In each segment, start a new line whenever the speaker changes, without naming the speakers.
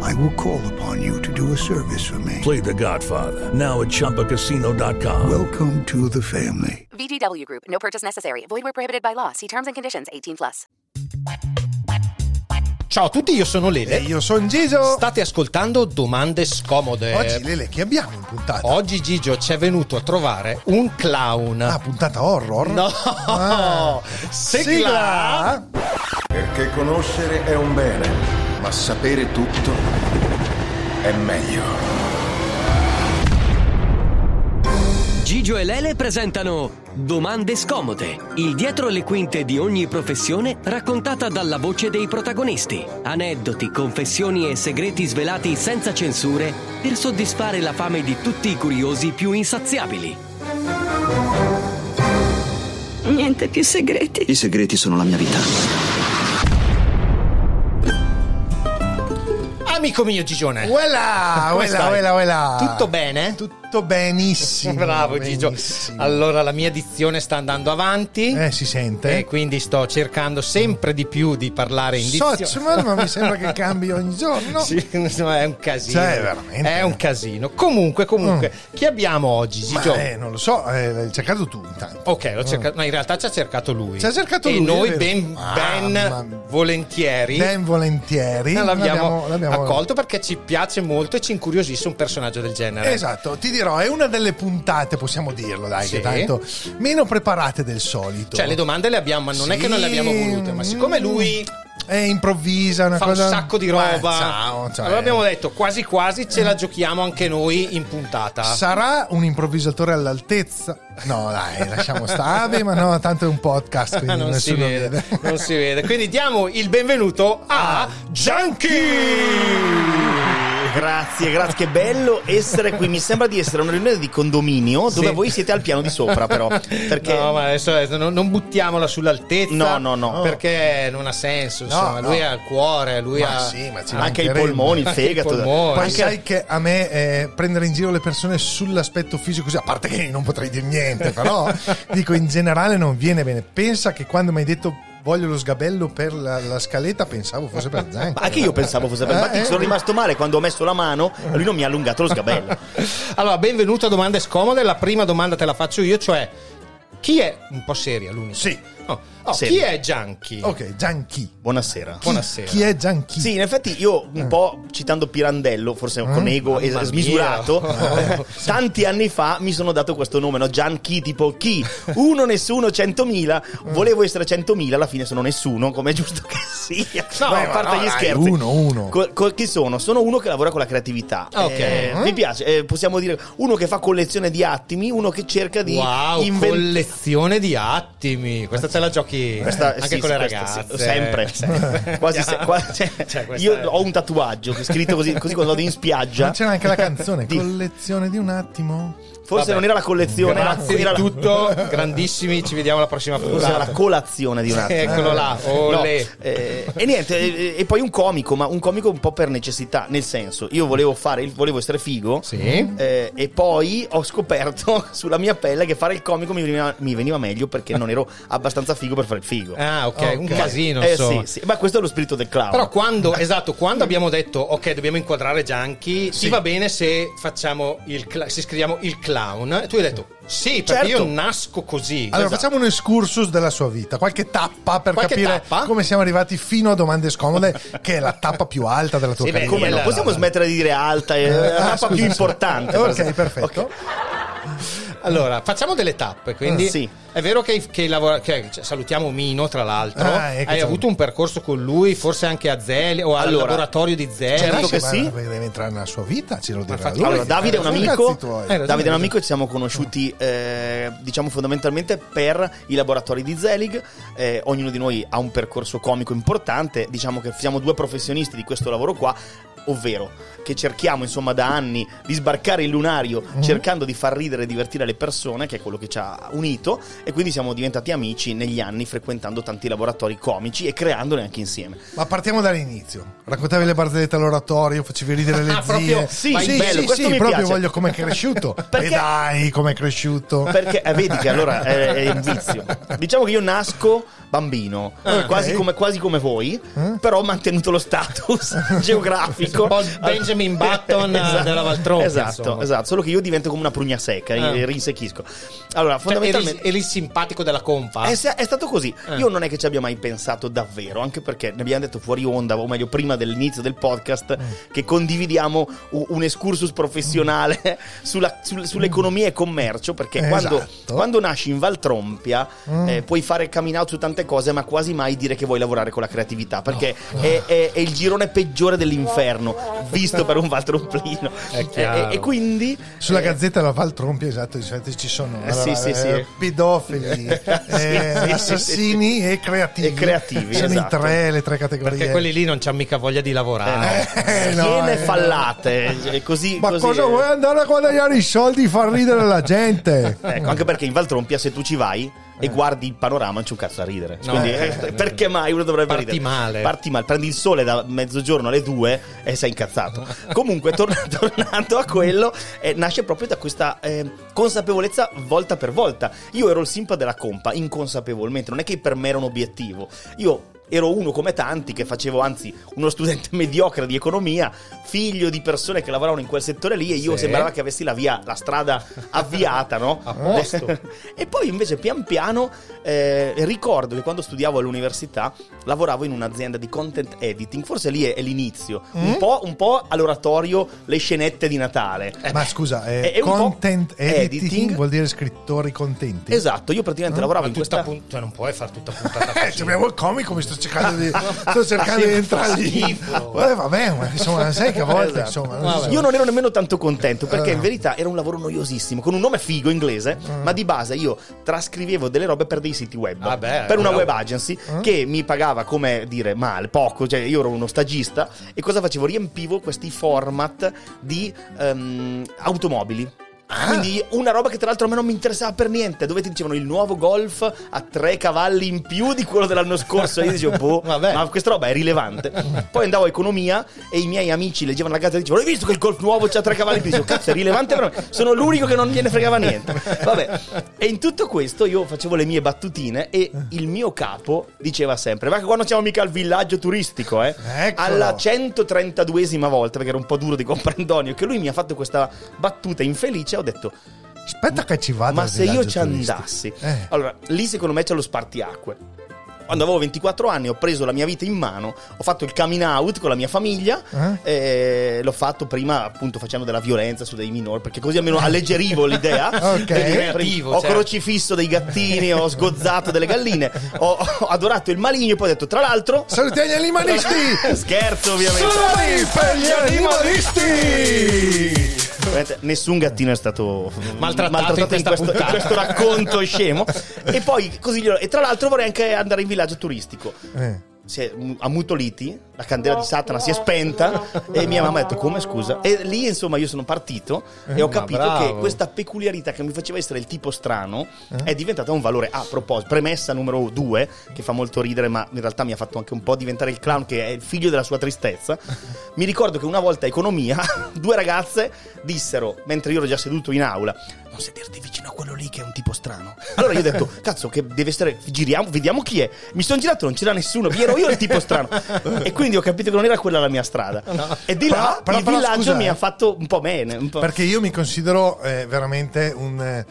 I will call upon you to do a service for me.
Play The Godfather now at Choppacasino.com.
Welcome to the family.
VGW Group. No purchase necessary. Void where prohibited by law. See terms and conditions. 18 plus.
Ciao a tutti, io sono Lele.
E Eh, io sono Gigio.
State ascoltando Domande Scomode.
Oggi, Lele, che abbiamo in puntata?
Oggi Gigio ci è venuto a trovare un clown.
Ah, puntata horror?
No!
Ah.
Sigla!
Perché conoscere è un bene, ma sapere tutto è meglio.
Gigio e Lele presentano Domande scomode, il dietro le quinte di ogni professione raccontata dalla voce dei protagonisti. Aneddoti, confessioni e segreti svelati senza censure per soddisfare la fame di tutti i curiosi più insaziabili.
Niente più segreti.
I segreti sono la mia vita.
Amico mio Gigione.
Uela,
Come
uela,
stai?
uela, uela.
Tutto bene?
Tutto benissimo.
Bravo Gigio.
benissimo.
Allora la mia dizione sta andando avanti.
Eh, si sente?
E quindi sto cercando sempre di più di parlare in dizione.
Sozzman, ma mi sembra che cambi ogni giorno.
Sì, insomma, è un casino.
Cioè, veramente. Mm.
È un casino. Comunque, comunque, chi abbiamo oggi,
Ma,
Gigio?
eh, non lo so, eh, l'hai cercato tu intanto.
Ok, l'ho cercato, no, in realtà ci ha cercato lui.
Ah. Ci ha cercato
e
lui,
noi
è vero. Ah,
ben,
Mamma
ben
mia.
volentieri eh,
Ben volentieri.
l'abbiamo,
l'abbiamo-
accolto perché ci piace molto e ci incuriosisce un personaggio del genere.
Esatto, ti dirò, è una delle puntate, possiamo dirlo, dai,
Sì.
che tanto meno preparate del solito.
Cioè, le domande le abbiamo, ma non è che non le abbiamo volute, ma siccome lui
è improvvisa, una
fa
cosa
un sacco di roba,
Eh, ciao, ciao.
allora abbiamo detto quasi quasi ce la giochiamo anche noi in puntata.
Sarà un improvvisatore all'altezza? No, dai, lasciamo stare, ma no, tanto è un podcast, quindi
non si
nessuno
vede, non si vede. Quindi diamo il benvenuto
Ah,
a Junkie.
Eh, Grazie, grazie, che bello essere qui. Mi sembra di essere a una riunione di condominio dove
Sì.
voi siete al piano di sopra, però. Perché
No, ma adesso adesso non, non buttiamola sull'altezza.
No, no, no.
Perché non ha senso. Insomma,
no.
lui ha il cuore, lui
Ma
ha.
sì, ma ci
ha-
anche i
mancherebbe.
polmoni, il
anche il
fegato.
polmone.
Poi
Anche-
sai che a me eh, prendere in giro le persone sull'aspetto fisico, così, a parte che non potrei dire niente, però dico in generale non viene bene. Pensa che quando mi hai detto voglio lo sgabello per la, la scaletta, pensavo fosse per Zanca.
Ma anche io pensavo fosse bello.
Eh,
Infatti,
eh.
sono rimasto male quando ho messo la mano e lui non mi ha allungato lo sgabello.
Allora, benvenuto a Domande Scomode. La prima domanda te la faccio io, cioè. Chi è un po' seria l'unica?
Sì.
No, no,
Seria.
Chi è Gianchi?
Ok, Gianchi.
Buonasera.
Buonasera.
Chi Eh. è Gianchi?
Sì, in effetti io un po' citando Pirandello, forse
Eh?
con ego es-
Mamma mia.
smisurato,
Oh.
tanti anni fa mi sono dato questo nome, no? Gian Chi, tipo chi? Uno, nessuno, centomila.
Eh.
Volevo essere centomila, alla fine sono nessuno, come è giusto che sia. No,
Beh,
a
ma
parte
no,
gli
dai,
scherzi.
uno, uno.
Co- co- chi sono? Sono uno che lavora con la creatività.
Ok. Mm.
Mi piace, eh, possiamo dire uno che fa collezione di attimi, uno che cerca di
Wow,
inventare...
collezione di attimi. Questa te la giochi
Questa-
anche
sì,
con le
sì, questa
ragazze. Eh.
sì, sempre, quasi se- qua- cioè,
Cioè, questa
io
è-
ho un tatuaggio scritto così, così quando vado in spiaggia
Ma c'era anche la canzone,
Di-
collezione di un attimo.
forse
Vabbè.
non era la collezione era,
Grazie
era
di
la-
tutto, grandissimi. Ci vediamo alla prossima
forse era la
puntata.
colazione di un attimo
Eccolo Eh, là,
No,
olè.
eh, e niente eh, e, poi un comico ma un comico un po' per necessità nel senso io volevo fare il- volevo essere figo
Sì.
eh, e poi ho scoperto sulla mia pelle che fare il comico mi veniva, mi veniva meglio perché non ero abbastanza figo per fare il figo
Ah, ok, un
Ok.
casino.
eh, sì,
insomma.
sì. ma questo è lo spirito del clown
Però quando, esatto, quando abbiamo detto ok, dobbiamo inquadrare Gianchi, ti va bene se facciamo il cla- se scriviamo il clown? E tu hai detto sì, perché
Certo.
io nasco così.
Allora,
Esatto.
facciamo un excursus della sua vita, qualche tappa per
Qualche
capire
tappa?
come siamo arrivati fino a domande scomode, che è la tappa più alta della tua
Sì, beh,
carriera.
Come no?
Bella-
Possiamo smettere di dire alta, è
Ah,
la tappa
scusa,
più
scusa.
importante.
Ok, perfetto.
Ok.
Allora, facciamo delle tappe. Quindi
Ah, sì.
è vero che, che lavora- che- cioè, salutiamo Mino, tra l'altro.
Ah, ecco,
Hai
ciao.
avuto un percorso con lui, forse anche a Zeli o al
Allora,
laboratorio di Zeli.
certo
Eh,
che
ma-
sì.
ma Deve entrare nella sua vita, ce lo dirà
infatti-
lui.
Allora, Davide è un
Sono
amico.
cazzi tuoi.
Eh, ragione,
Davide è un
ragione.
amico, ci siamo conosciuti,
Mm.
eh, diciamo, fondamentalmente per i laboratori di Zelig. Eh, ognuno di noi ha un percorso comico importante. Diciamo che siamo due professionisti di questo lavoro qua. ovvero che cerchiamo insomma da anni di sbarcare il lunario
Mm.
cercando di far ridere e divertire le persone, che è quello che ci ha unito, e quindi siamo diventati amici negli anni frequentando tanti laboratori comici e creandoli anche insieme.
Ma partiamo dall'inizio. Raccontavi le barzellette all'oratorio, facevi ridere le
Ah,
zie.
proprio-
sì,
Ma
sì,
bello,
sì, questo
sì,
mi
proprio
piace.
voglio com'è cresciuto.
Perché-
E dai, com'è cresciuto.
Perché eh, vedi che allora è, è il vizio. Diciamo che io nasco bambino, quasi, come, quasi come voi, però ho mantenuto lo status geografico.
Un po' il Benjamin Button, eh, della Valtroppi,
Esatto,
insomma.
esatto, solo che io divento come una prugna secca,
Eh.
e rinsechisco. Allora,
Cioè,
fondamentalmente...
eri, eri simpatico della compa.
Ah.
È,
Eh
sa- è stato così. Io non è che ci abbia mai pensato davvero, anche perché ne abbiamo detto fuori onda, o meglio, prima dell'inizio del podcast,
Mm.
che condividiamo u- un escursus professionale sulla- sul- sull'economia e commercio. Perché quando,
Mm. Esatto. Mm.
quando nasci in Valtrompia eh, puoi fare coming out su tante cose, ma quasi mai dire che vuoi lavorare con la creatività, perché è, è- è il girone peggiore dell'inferno, visto per un Valtromplino. E-
chiaro.
E, e quindi.
Sulla
eh,
Gazzetta della Valtrompia, esatto, di solito ci sono
Eh, sì, sì, sì.
pedofili, eh,
sì, sì,
assassini
sì.
e creativi.
E creativi,
sono
esatto.
i tre, le tre categorie.
Perché quelli lì non c'hanno mica voglia di lavorare.
Eh, no,
Piene
eh.
fallate, eh, così.
Ma
così,
cosa
eh.
vuoi andare a guadagnare i soldi e far ridere la gente?
Ecco,
Eh.
anche perché in Valtrompia se tu ci vai e guardi il panorama non c'è un cazzo da ridere.
No,
Quindi,
eh,
eh, perché mai uno dovrebbe
Parti
ridere?
male.
Parti male, prendi il sole da mezzogiorno alle due e sei incazzato. Comunque, torna- tornando a quello, eh, nasce proprio da questa eh, consapevolezza volta per volta. Io ero il simpa della compa, inconsapevolmente, non è che per me era un obiettivo. Io ero uno come tanti che facevo anzi uno studente mediocre di economia, figlio di persone che lavoravano in quel settore lì e io
Sì.
sembrava che avessi la via, la strada avviata, no?
A posto.
e poi invece pian piano eh, ricordo che quando studiavo all'università lavoravo in un'azienda di content editing, forse lì è, è l'inizio,
Mm?
un, po', un po' all'oratorio le scenette di Natale.
Ma scusa,
È-
eh,
è un po' Eh,
content editing,
editing.
vuol Ah, dire scrittori contenti.
Esatto, io praticamente lavoravo
Ma
in
tutta
questa...
pun- cioè, non puoi fare tutta puntata
Eh,
così.
ci abbiamo il comico, mi sto cercando di, sto cercando
Sì,
di entrare lì.
schifo.
Eh, vabbè, ma insomma, sai che a volte,
Esatto.
insomma,
Vabbè.
so.
Io non ero nemmeno tanto contento perché in verità era un lavoro noiosissimo, con un nome figo inglese, ma di base io trascrivevo delle robe per dei siti web,
Mm. Ah, beh,
per una
bravo. Eh?
web agency che mi pagava come dire male, poco, cioè io ero uno stagista e cosa facevo? Riempivo questi format di ehm, automobili.
Ah.
Quindi una roba che tra l'altro a me non mi interessava per niente, dove ti dicevano il nuovo Golf ha tre cavalli in più di quello dell'anno scorso e io dicevo boh,
Vabbè.
ma questa roba è rilevante. Poi andavo a economia e i miei amici leggevano la gazzetta e dicevano: Hai visto che il golf nuovo c'ha tre cavalli? Dicevo, cazzo, è rilevante per me. Sono l'unico che non gliene fregava niente. Vabbè. E in tutto questo io facevo le mie battutine e il mio capo diceva sempre: Ma che qua non siamo mica al villaggio turistico, eh?
Eccolo.
Alla 132esima volta, perché era un po' duro di comprendonio, che lui mi ha fatto questa battuta infelice, ho detto.
Aspetta che ci vado.
Ma
al
se io
villaggio
ci
turistico.
andassi,
Eh.
allora lì secondo me c'è lo spartiacque. Quando avevo 24 anni ho preso la mia vita in mano, ho fatto il coming out con la mia famiglia, eh, l'ho fatto prima appunto facendo della violenza su dei minori, perché così almeno alleggerivo l'idea.
Ok.
Quindi,
Creativo,
ho
certo.
crocifisso dei gattini, ho sgozzato delle galline, ho, ho adorato il maligno e poi ho detto tra l'altro...
Salutiamo gli animalisti!
Scherzo ovviamente.
Solari per gli animalisti!
Veramente Nessun gattino è stato
Maltrattato in questa
questo,
puntata.
questo racconto scemo. E poi così glielo- E tra l'altro vorrei anche andare in villaggio turistico.
Eh.
Si è- a Mutoliti la candela di Satana si è spenta e mia mamma ha detto come scusa e lì insomma io sono partito e ho
Eh, Ma
capito
bravo.
che questa peculiarità che mi faceva essere il tipo strano
Eh?
è diventata un valore a proposito premessa numero due che fa molto ridere ma in realtà mi ha fatto anche un po' diventare il clown che è il figlio della sua tristezza mi ricordo che una volta a economia due ragazze dissero mentre io ero già seduto in aula non sederti vicino a quello lì che è un tipo strano allora io ho detto cazzo che deve essere giriamo vediamo chi è mi sono girato non c'era nessuno vi ero io il tipo strano e quindi ho capito che non era quella la mia strada e di là
Però- però-
il
però,
villaggio
scusa,
mi ha
eh.
fatto un po' bene un po'.
Perché io mi considero eh, veramente un, eh,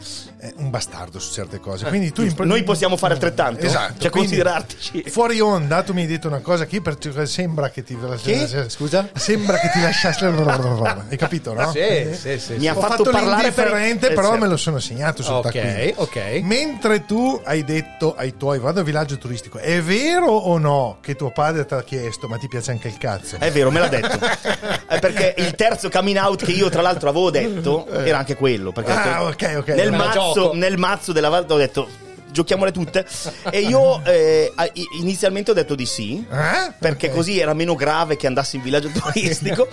un bastardo su certe cose. Quindi tu
Eh, giusto. Noi possiamo fare altrettanto?
Esatto.
Cioè,
quindi,
considerartici.
Fuori onda, tu mi hai detto una cosa che per- sembra che ti.
Che? Scusa?
Sembra che ti lasciassi. Hai capito, no?
Sì, sì, sì.
Mi
sì.
ha
Ho
fatto,
fatto,
parlare per
l'indifferente,
Eh,
però
certo.
me lo sono segnato sul
Ok,
taccuino.
ok.
Mentre tu hai detto ai tuoi, vado al villaggio turistico, è vero o no che tuo padre ti ha chiesto, ma ti piace anche il cazzo?
È vero, me l'ha detto. È perché il terzo coming out che io, tra l'altro, avevo detto era anche quello. Perché ho
Eh. Ah,
detto-
ok, ok.
Nel
Me la
mazzo,
gioco.
nel mazzo della Valda ho detto. giochiamole tutte. E io eh, a- i- inizialmente ho detto di sì,
Eh?
perché
Ok.
così era meno grave che andassi in villaggio turistico,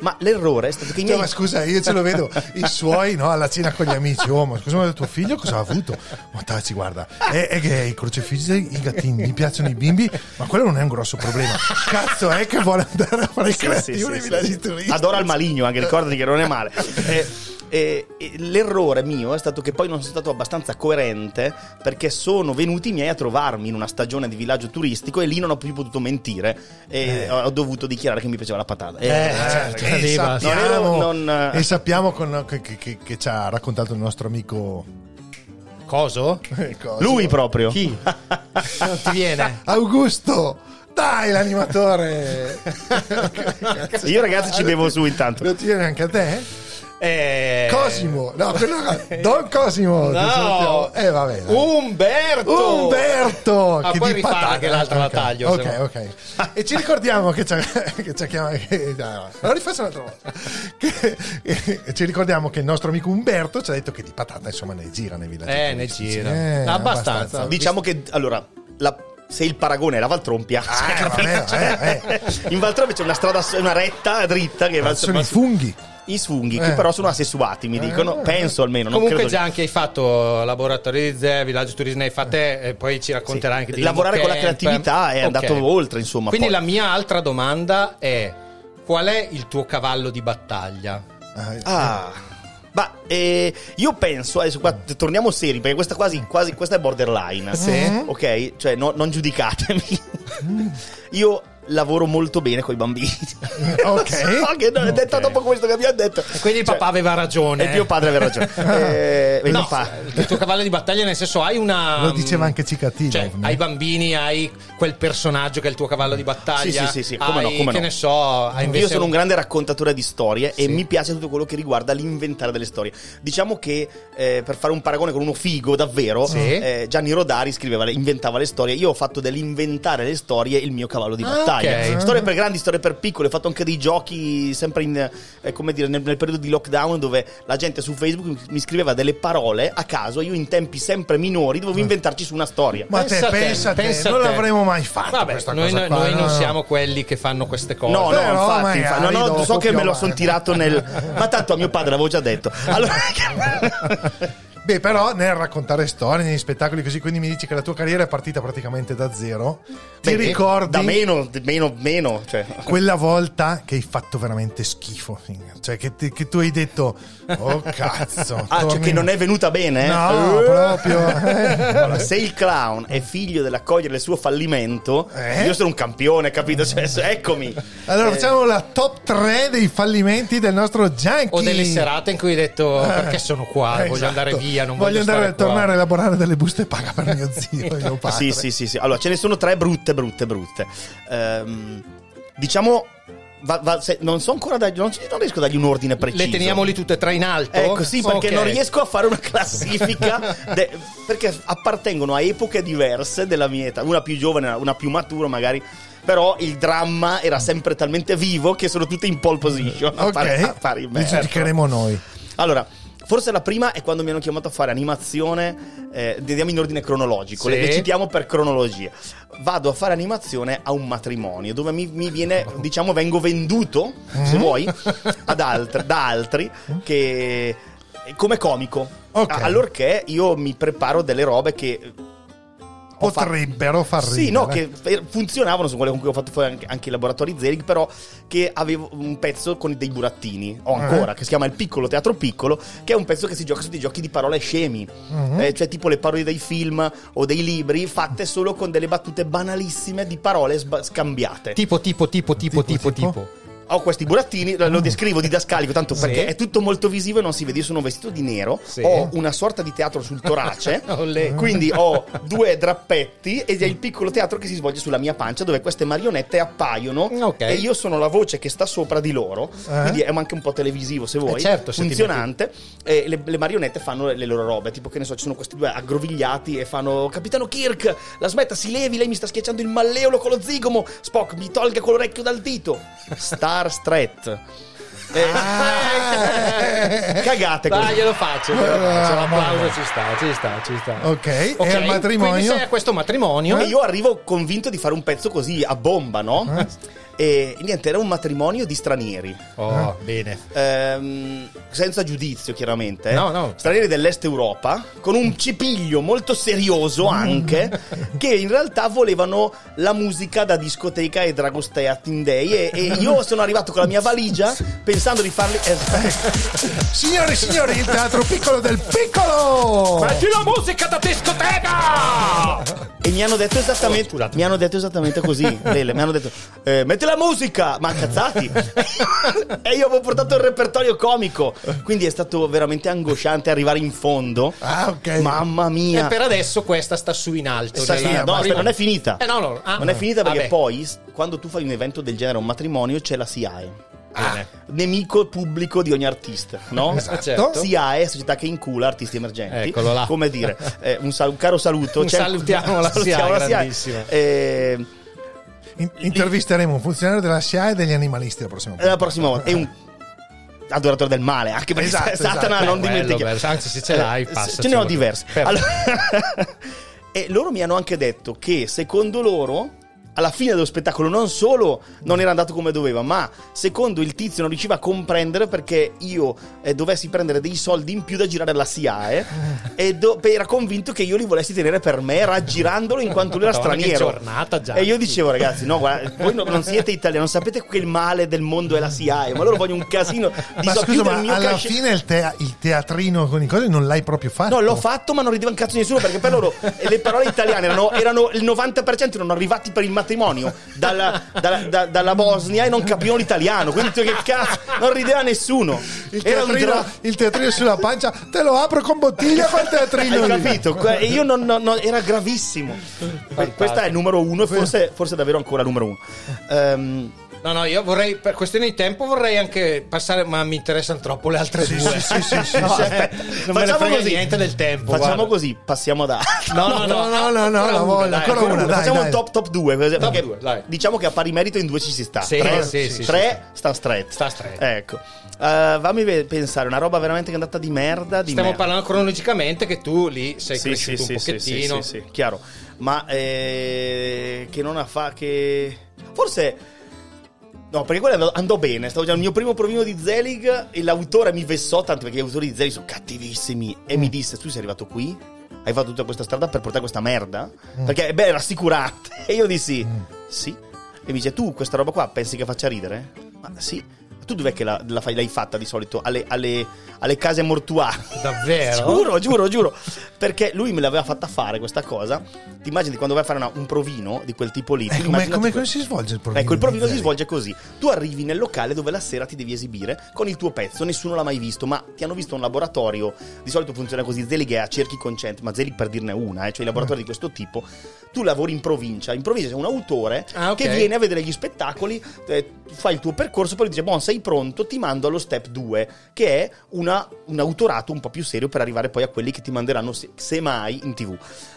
ma l'errore è stato che i
Cioè,
miei...
ma scusa, io ce lo vedo i suoi no, alla cena con gli amici. Oh, ma scusa, ma tuo figlio cosa ha avuto? Ma tacci, guarda, è, è gay, crocefisse, i gattini, gli piacciono i bimbi, ma quello non è un grosso problema. Cazzo, è che vuole andare a fare il
Sì, sì,
creativo
sì,
nei
sì,
villaggi
sì.
turistici.
Adora il maligno, anche ricordati che non è male. Eh, eh, eh, l'errore mio è stato che poi non sono stato abbastanza coerente perché sono venuti i miei a trovarmi in una stagione di villaggio turistico e lì non ho più potuto mentire e ho ho dovuto dichiarare che mi piaceva la patata. Eh,
Eh,
certo.
e
cadeva.
sappiamo,
Non ero- non-
e sappiamo con- che, che- che- che ci ha raccontato il nostro amico.
Coso?
eh, cosa?
Lui proprio.
Chi? non ti viene?
Augusto, dai l'animatore.
Io ragazzi ci bevo su intanto.
Lo tiene anche a te?
Eh...
Cosimo, no, quello Don Cosimo. che salutiamo.
No!
Eh, vabbè. dai.
Umberto!
Umberto!
Ah, poi
di
rifalla
patata-
che l'altra la taglio,
Ok,
se no.
ok. E ci ricordiamo che ci ha, che ci ha chiamato. che- dai, no, lo rifaccio un'altra volta. Che- e ci ricordiamo che il nostro amico Umberto ci ha detto che di patata, insomma, ne gira nei villaggi.
Eh, ne
turistici.
gira.
Eh,
Abbastanza.
Diciamo che allora la- se il paragone era Valtrompia,
Eh, vabbè, eh, eh.
in Valtrove c'è una strada, una retta dritta che va
Ah, Sono i
su-
funghi.
I sfunghi,
Eh.
che però sono assessuati, mi dicono. Penso almeno. Non
Eh. Comunque
credo che-
Gianchi hai fatto laboratorio di Ze, villaggio turismo hai fatto te, e poi ci racconterà
Sì.
anche di
Lavorare
Limo
con la
Camp.
creatività è
Ok.
andato oltre, insomma,
Quindi
poi.
la mia altra domanda è qual è il tuo cavallo di battaglia?
Ah. Ma eh, io penso, adesso qua t- torniamo seri, perché questa quasi, quasi questa è borderline.
Sì. Mm.
Ok? Cioè, no- non giudicatemi. io lavoro molto bene con i bambini.
Ok.
so che non è detto dopo questo che abbiamo detto.
Quindi il
Cioè,
papà aveva ragione.
E il mio padre aveva ragione. Eh, il
No,
mio pa-
il tuo cavallo di battaglia nel senso hai una
Lo diceva anche Cicatillo.
cioè,
Mm.
ai bambini hai quel personaggio che è il tuo cavallo di battaglia.
Sì, sì, sì, sì, come no,
Hai,
come
che
no.
ne so, hai invece
Io sono un grande raccontatore di storie e mi piace tutto quello che riguarda l'inventare delle storie. Diciamo che eh, per fare un paragone con uno figo, davvero,
Sì.
eh, Gianni Rodari scriveva, le- inventava le storie. Io ho fatto dell'inventare le storie il mio cavallo di
Ah,
battaglia.
ok.
Storie per grandi, storie per piccole. Ho fatto anche dei giochi sempre in, eh, come dire, nel, nel periodo di lockdown dove la gente su Facebook mi scriveva delle parole a caso. Io in tempi sempre minori
Ah.
dovevo inventarci su una storia.
Ma te,
a te,
pensa a te,
pensa a
non
te.
l'avremmo mai fatto
Vabbè,
questa
noi,
cosa
no-
qua,
noi
no,
non
no.
siamo quelli che fanno queste cose.
No, no,
Però
infatti,
magari
infatti. No, no,
dopo
so che me lo
piovane.
sono tirato nel. Ma tanto a mio padre l'avevo già detto. Allora.
Beh, però nel raccontare storie, negli spettacoli così, quindi mi dici che la tua carriera è partita praticamente da zero.
Beh,
Ti ricordi
Da meno, meno, meno. Cioè.
quella volta che hai fatto veramente schifo, Finger? cioè che, ti- che tu hai detto, oh cazzo,
Ah, cioè
torni-
che non è venuta bene? eh?
No,
Eh.
proprio. eh.
Allora, se il clown è figlio dell'accogliere il suo fallimento,
Eh?
io sono un campione, capito? Cioè, se- eccomi. Eh.
Allora facciamo la top 3 dei fallimenti del nostro Junkie.
O delle serate in cui hai detto "Oh,
Eh.
perché sono qua,
Eh,
voglio
esatto.
andare via, non
voglio,
voglio,
andare a
stare qua.
tornare a elaborare delle buste paga per mio zio e mio padre.
Sì, sì, sì, sì. Allora, ce ne sono tre brutte, brutte, brutte. Ehm, diciamo. va- va- se- non so ancora dargli- non, non riesco a dargli un ordine preciso.
Le teniamoli tutte e tre in alto?
Ecco, sì, perché
Ok.
non riesco a fare una classifica de- perché appartengono a epoche diverse della mia età, una più giovane, una più matura magari. Però il dramma era sempre talmente vivo che sono tutte in pole position. a fare- a
Ok,
fare il
li
merda.
giudicheremo noi.
Allora, forse la prima è quando mi hanno chiamato a fare animazione. Eh, andiamo in ordine cronologico, le,
Sì.
le citiamo per cronologia. Vado a fare animazione a un matrimonio dove mi, mi viene, diciamo, vengo venduto, se vuoi, ad altri, da altri che. eh, come comico.
Ok.
A- Allorché io mi preparo delle robe che. ho fatto-
Potrebbero far ridere.
sì, no, che fe- funzionavano, sono quelle con cui ho fatto poi anche, anche i laboratori Zelig, però che avevo un pezzo con dei burattini, ho ancora, che si chiama Il Piccolo Teatro Piccolo, che è un pezzo che si gioca su dei giochi di parole scemi, Eh, cioè tipo le parole dei film o dei libri fatte solo con delle battute banalissime di parole sba- scambiate.
Tipo, tipo, tipo, tipo,
Tipo,
tipo, tipo.
tipo?
Ho questi burattini, lo descrivo didascalico, tanto
Mm. Sì.
perché è tutto molto visivo e non si vede. Io sono vestito di nero,
Sì. Oh,
ho una sorta di teatro sul torace,
Olè.
quindi ho due drappetti ed è il piccolo teatro che si svolge sulla mia pancia dove queste marionette appaiono
Ok. Eh?
e io sono la voce che sta sopra di loro, quindi è anche un po' televisivo se vuoi,
certo, se ti
funzionante. E le, le marionette fanno le loro robe, tipo che ne so, ci sono questi due aggrovigliati e fanno Capitano Kirk, la smetta, si levi, lei mi sta schiacciando il malleolo con lo zigomo, Spock mi tolga con l'orecchio dal dito. Star Stret.
Eh,
Cagate
Dai,
così.
Ah. glielo faccio. glielo
Ah,
faccio. L'applauso
vabbè.
ci sta, ci sta, ci sta.
Ok, e al matrimonio? Eh,
Quindi sei a questo matrimonio.
E io arrivo convinto di fare un pezzo così a bomba, no?
Eh?
E niente, era un matrimonio di stranieri.
Oh,
Eh.
bene.
Ehm, senza giudizio, chiaramente. eh.
No, no.
Stranieri dell'est Europa, con un cipiglio molto
Mm.
serioso anche, che in realtà volevano la musica da discoteca e Dragostea Tindei. E, e io sono arrivato con la mia valigia pensando di farli. eh,
Signore e signori, il teatro piccolo del piccolo!
la musica da discoteca!
E mi hanno detto
Oh,
esattamente. mi hanno detto esattamente così. Lele, mi hanno detto: eh, Metti la musica! Ma cazzati! e io avevo portato il repertorio comico. Quindi è stato veramente angosciante arrivare in fondo.
Ah, ok.
Mamma
E
mia!
per adesso questa sta su in alto.
Sì,
della-
no, aspetta, non è finita.
Eh, no, no, ah.
non è finita perché
Vabbè.
poi, s- quando tu fai un evento del genere, un matrimonio, c'è la SIAE.
Bene.
Nemico pubblico di ogni artista, no?
Ah, certo.
SIAE, società che incula artisti emergenti.
Eccolo là.
Come dire, eh, un, sal- un caro saluto. certo.
Un salutiamo la SIAE, grandissima.
Eh,
In- intervisteremo un funzionario della SIA e degli animalisti la prossima volta.
Eh, la prossima volta. E un adoratore del male, anche perché
Esatto, esatto.
Satana
Beh,
non
Bello,
dimentichiamo.
bello. Anzi, se ce l'hai,
Eh,
passa.
Ce ne ho diversi.
Perfetto.
Allora- e loro mi hanno anche detto che secondo loro. Alla fine dello spettacolo non solo non era andato come doveva, ma secondo il tizio non riusciva a comprendere perché io eh, dovessi prendere dei soldi in più da girare alla SIAE eh, e do- era convinto che io li volessi tenere per me raggirandolo in quanto lui era
Madonna, che
straniero.
giornata, già.
E io dicevo ragazzi, no, guarda, voi no- non siete italiani, non sapete che il male del mondo è la SIAE, ma loro vogliono un casino di
Ma
so più
scusa,
del mio
ma alla
casce-
fine il, te- il teatrino con i cose non l'hai proprio fatto?
No, l'ho fatto, ma non rideva un cazzo nessuno perché per loro eh, le parole italiane erano, erano- il 90% erano arrivati per il matrimonio dalla, dalla- da- dalla Bosnia e non capivano l'italiano. Quindi tu che cazzo, non rideva nessuno.
Il
Era un
teatrino,
dra-
il teatrino sulla pancia, te lo apro con bottiglia quel
Hai
teatrino. lì.
capito? Que- E io non, non- non- era gravissimo. Que- Questa è il numero uno e forse, forse davvero ancora il numero uno. Ehm,
No, no, io vorrei, per questione di tempo, vorrei anche passare, ma mi interessano troppo le altre due.
sì, sì, sì, sì,
No,
sì.
aspetta, Cioè, non me ne
eh, Facciamo
frega
così.
niente del tempo.
facciamo
guarda.
così, passiamo da...
No, no, no,
No, no, no, la voglio,
Dai,
ancora una, dai,
facciamo
dai.
un top top 2 perché
Top due, dai.
diciamo che a pari merito in due ci si sta
Sì,
tre,
sì, sì,
tre
sì, sì.
sta stretto
Sta stretto.
ecco Eh, fammi ve- pensare una roba veramente che è andata di merda di
Stiamo
merda.
parlando cronologicamente che tu lì sei
sì, sì,
cresciuto
sì,
un
sì, sì,
pochettino.
sì, sì, chiaro ma eh, che non ha fa che forse No, perché quello andò- andò bene. Stavo già il mio primo provino di Zelig e l'autore mi vessò tanto perché gli autori di Zelig sono cattivissimi. E mi disse: Tu sei arrivato qui? Hai fatto tutta questa strada per portare questa merda? Perché, eh, beh, è rassicurante. E io dissi: Sì. E mi dice: Tu questa roba qua pensi che faccia ridere? Ma sì. Tu dov'è che la, la fai- l'hai fatta di solito? Alle, alle- alle case mortuali.
Davvero?
giuro, giuro, giuro. Perché lui me l'aveva fatta fare questa cosa. Ti immagini quando vai a fare una- un provino di quel tipo lì?
Eh,
ti
come-
immaginati
come-
que-
come si svolge il provino
Ecco, il
di
provino si
Zelig?
svolge così. Tu arrivi nel locale dove la sera ti devi esibire con il tuo pezzo, nessuno l'ha mai visto, ma ti hanno visto un laboratorio. Di solito funziona così, Zelig è a cerchi concentrici, ma Zelig per dirne una, eh, cioè i laboratori di questo tipo. Tu lavori in provincia, in provincia c'è un autore
Ah, ok.
che viene a vedere gli spettacoli, eh, fai il tuo percorso, poi gli dice, buon, sei pronto, ti mando allo step 2, che è una- un autorato un po' più serio per arrivare poi a quelli che ti manderanno, se, se mai, in tv.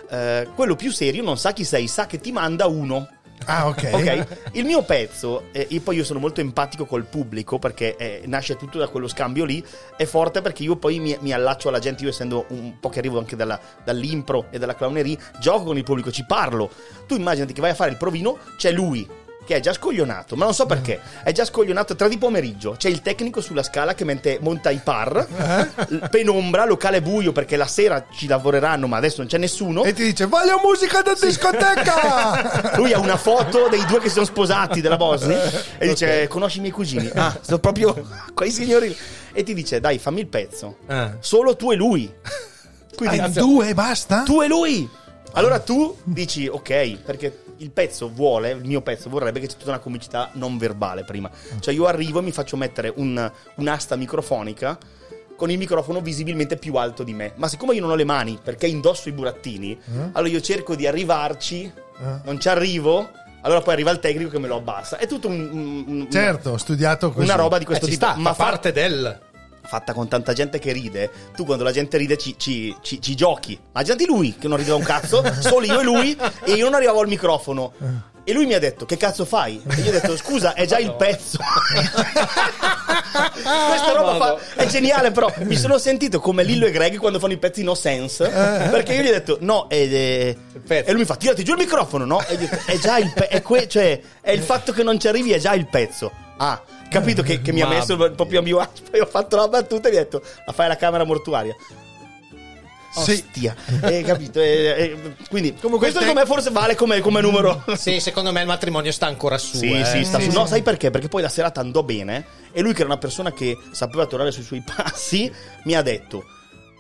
Eh, quello più serio non sa chi sei, sa che ti manda uno.
Ah, ok.
Ok, il mio pezzo, eh, e poi io sono molto empatico col pubblico perché eh, nasce tutto da quello scambio lì, è forte perché io poi mi, mi allaccio alla gente, io essendo un po' che arrivo anche dalla- dall'impro e dalla clowneria, gioco con il pubblico, ci parlo. Tu immaginati che vai a fare il provino, c'è lui che è già scoglionato, ma non so perché,
Mm.
è già scoglionato tre di pomeriggio, c'è il tecnico sulla scala che mente monta i par,
Eh?
l- penombra, locale buio perché la sera ci lavoreranno ma adesso non c'è nessuno.
E ti dice, voglio musica da discoteca!
Lui ha una foto dei due che si sono sposati della Bosnia e dice: Conosci i miei cugini? Ah, sono proprio quei signori. E ti dice: Dai, fammi il pezzo.
Ah.
Solo tu e lui.
Ah,
Quindi
in due e basta?
tu e lui. Allora tu dici: Ok, perché il pezzo vuole, il mio pezzo vorrebbe che c'è tutta una comicità non verbale prima. Cioè, io arrivo e mi faccio mettere un- un'asta microfonica. Con il microfono visibilmente più alto di me. Ma siccome io non ho le mani perché indosso i burattini, allora io cerco di arrivarci non ci arrivo, allora poi arriva il tecnico che me lo abbassa. È tutto un, un- un-
Certo, ho studiato così.
una roba di
Eh,
questo
ci
tipo,
sta,
ma
ma
fa-
parte del...
fatta con tanta gente che ride. Tu quando la gente ride ci, ci- ci- ci giochi. Immaginati lui che non rideva un cazzo, solo io e lui, e io non arrivavo al microfono. E lui mi ha detto, che cazzo fai? E io ho detto, scusa, è già il pezzo. Questa roba fa- è geniale, però mi sono sentito come Lillo e Greg quando fanno i pezzi no sense. Perché io gli ho detto, no, ed è-
pezzo.
e lui mi fa, tirati giù il microfono, no? E io ho detto, è già il pezzo. cioè, è il fatto che non ci arrivi, è già il pezzo. Ah, capito che, che mi ha
Mamma
messo un po' più ambiguato. Poi ho fatto la battuta e gli ho detto, la fai alla camera mortuaria. Oh,
Sì.
Ostia, Eh, capito? Eh, eh, quindi,
Comunque
questo
te-
secondo me forse vale come, come numero.
Sì, secondo me il matrimonio sta ancora su.
Sì,
eh.
sì, sta su. No, sai perché? Perché poi la serata andò bene e lui, che era una persona che sapeva tornare sui suoi passi, mi ha detto.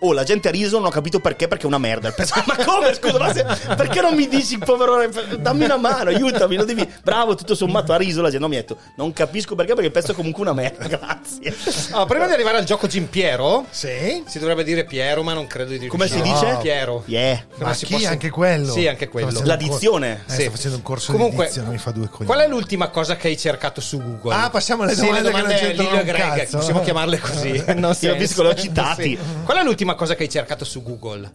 Oh, la gente ha riso, non ho capito perché, perché è una merda. il pezzo." ma come? Scusa, ma se- perché non mi dici, povero, dammi una mano, aiutami, non devi... Bravo, tutto sommato, ha riso la gente. No, mi ha detto, non capisco perché, perché il pezzo è comunque una merda, grazie.
Ah, prima di arrivare al gioco Gimpiero,
Sì?
si dovrebbe dire Piero, ma non credo di dire
Come si dice?
Ah, Piero.
Yeah.
Ma
Come si
chi?
possa-
Anche quello?
Sì, anche quello.
Sta facendo un cor-
L'addizione,
Eh,
Sì.
Sta facendo un corso
Comunque,
di dizione, mi fa due coglioni.
Qual è l'ultima cosa che hai cercato su Google?
Ah, passiamo alle
Sì,
domande
le
che non c'entrano
Lillo e
un
Greg,
cazzo.
Possiamo chiamarle così. Non
Io capisco, le ho citati.
Qual è l'ultima cosa che hai cercato su Google?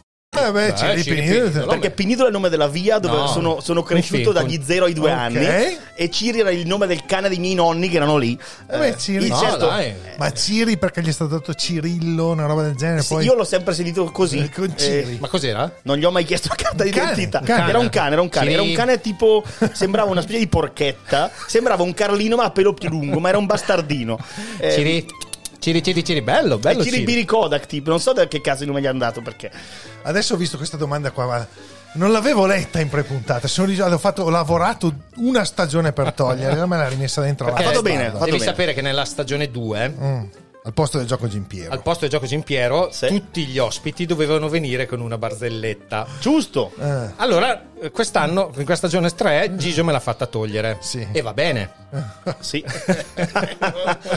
Ah, beh, Ciri Pinito.
Perché Pinito è il nome della via dove
No.
sono, sono cresciuto
Un film,
dagli
un-
0 ai 2
Ok.
anni e Ciri era il nome del cane dei miei nonni che erano lì.
Eh beh,
Eh,
Ciri.
il certo-
Ma Ciri perché gli è stato dato Cirillo, una roba del genere.
Sì,
poi... Eh,
Io l'ho sempre sentito così. Eh,
con Ciri.
Ma
cos'era?
Non gli ho mai chiesto la carta
cane,
d'identità.
un cane.
Era un cane, era un cane.
Sì.
Era un cane tipo. Sembrava una specie di porchetta. Sembrava un carlino, ma a pelo più lungo, ma era un bastardino. Eh,
Ciri, Ciri, Ciri, Ciri, bello, bello.
e Ciri
Ciri.
Biri Kodak, tipo. Non so da che cazzo di nome gli hanno dato perché.
Adesso ho visto questa domanda qua. ma Non l'avevo letta in prepuntata. Sono ris- ho, fatto- ho lavorato una stagione per toglierla, me l'ha rimessa dentro la
Perché
bastarda.
devi sapere che nella stagione 2
Mm, Al posto del gioco Gimpiero.
al posto del gioco Gimpiero tutti gli ospiti dovevano venire con una barzelletta
giusto
Eh.
allora eh, quest'anno in questa stagione 3 Gigio me l'ha fatta togliere e va bene
sì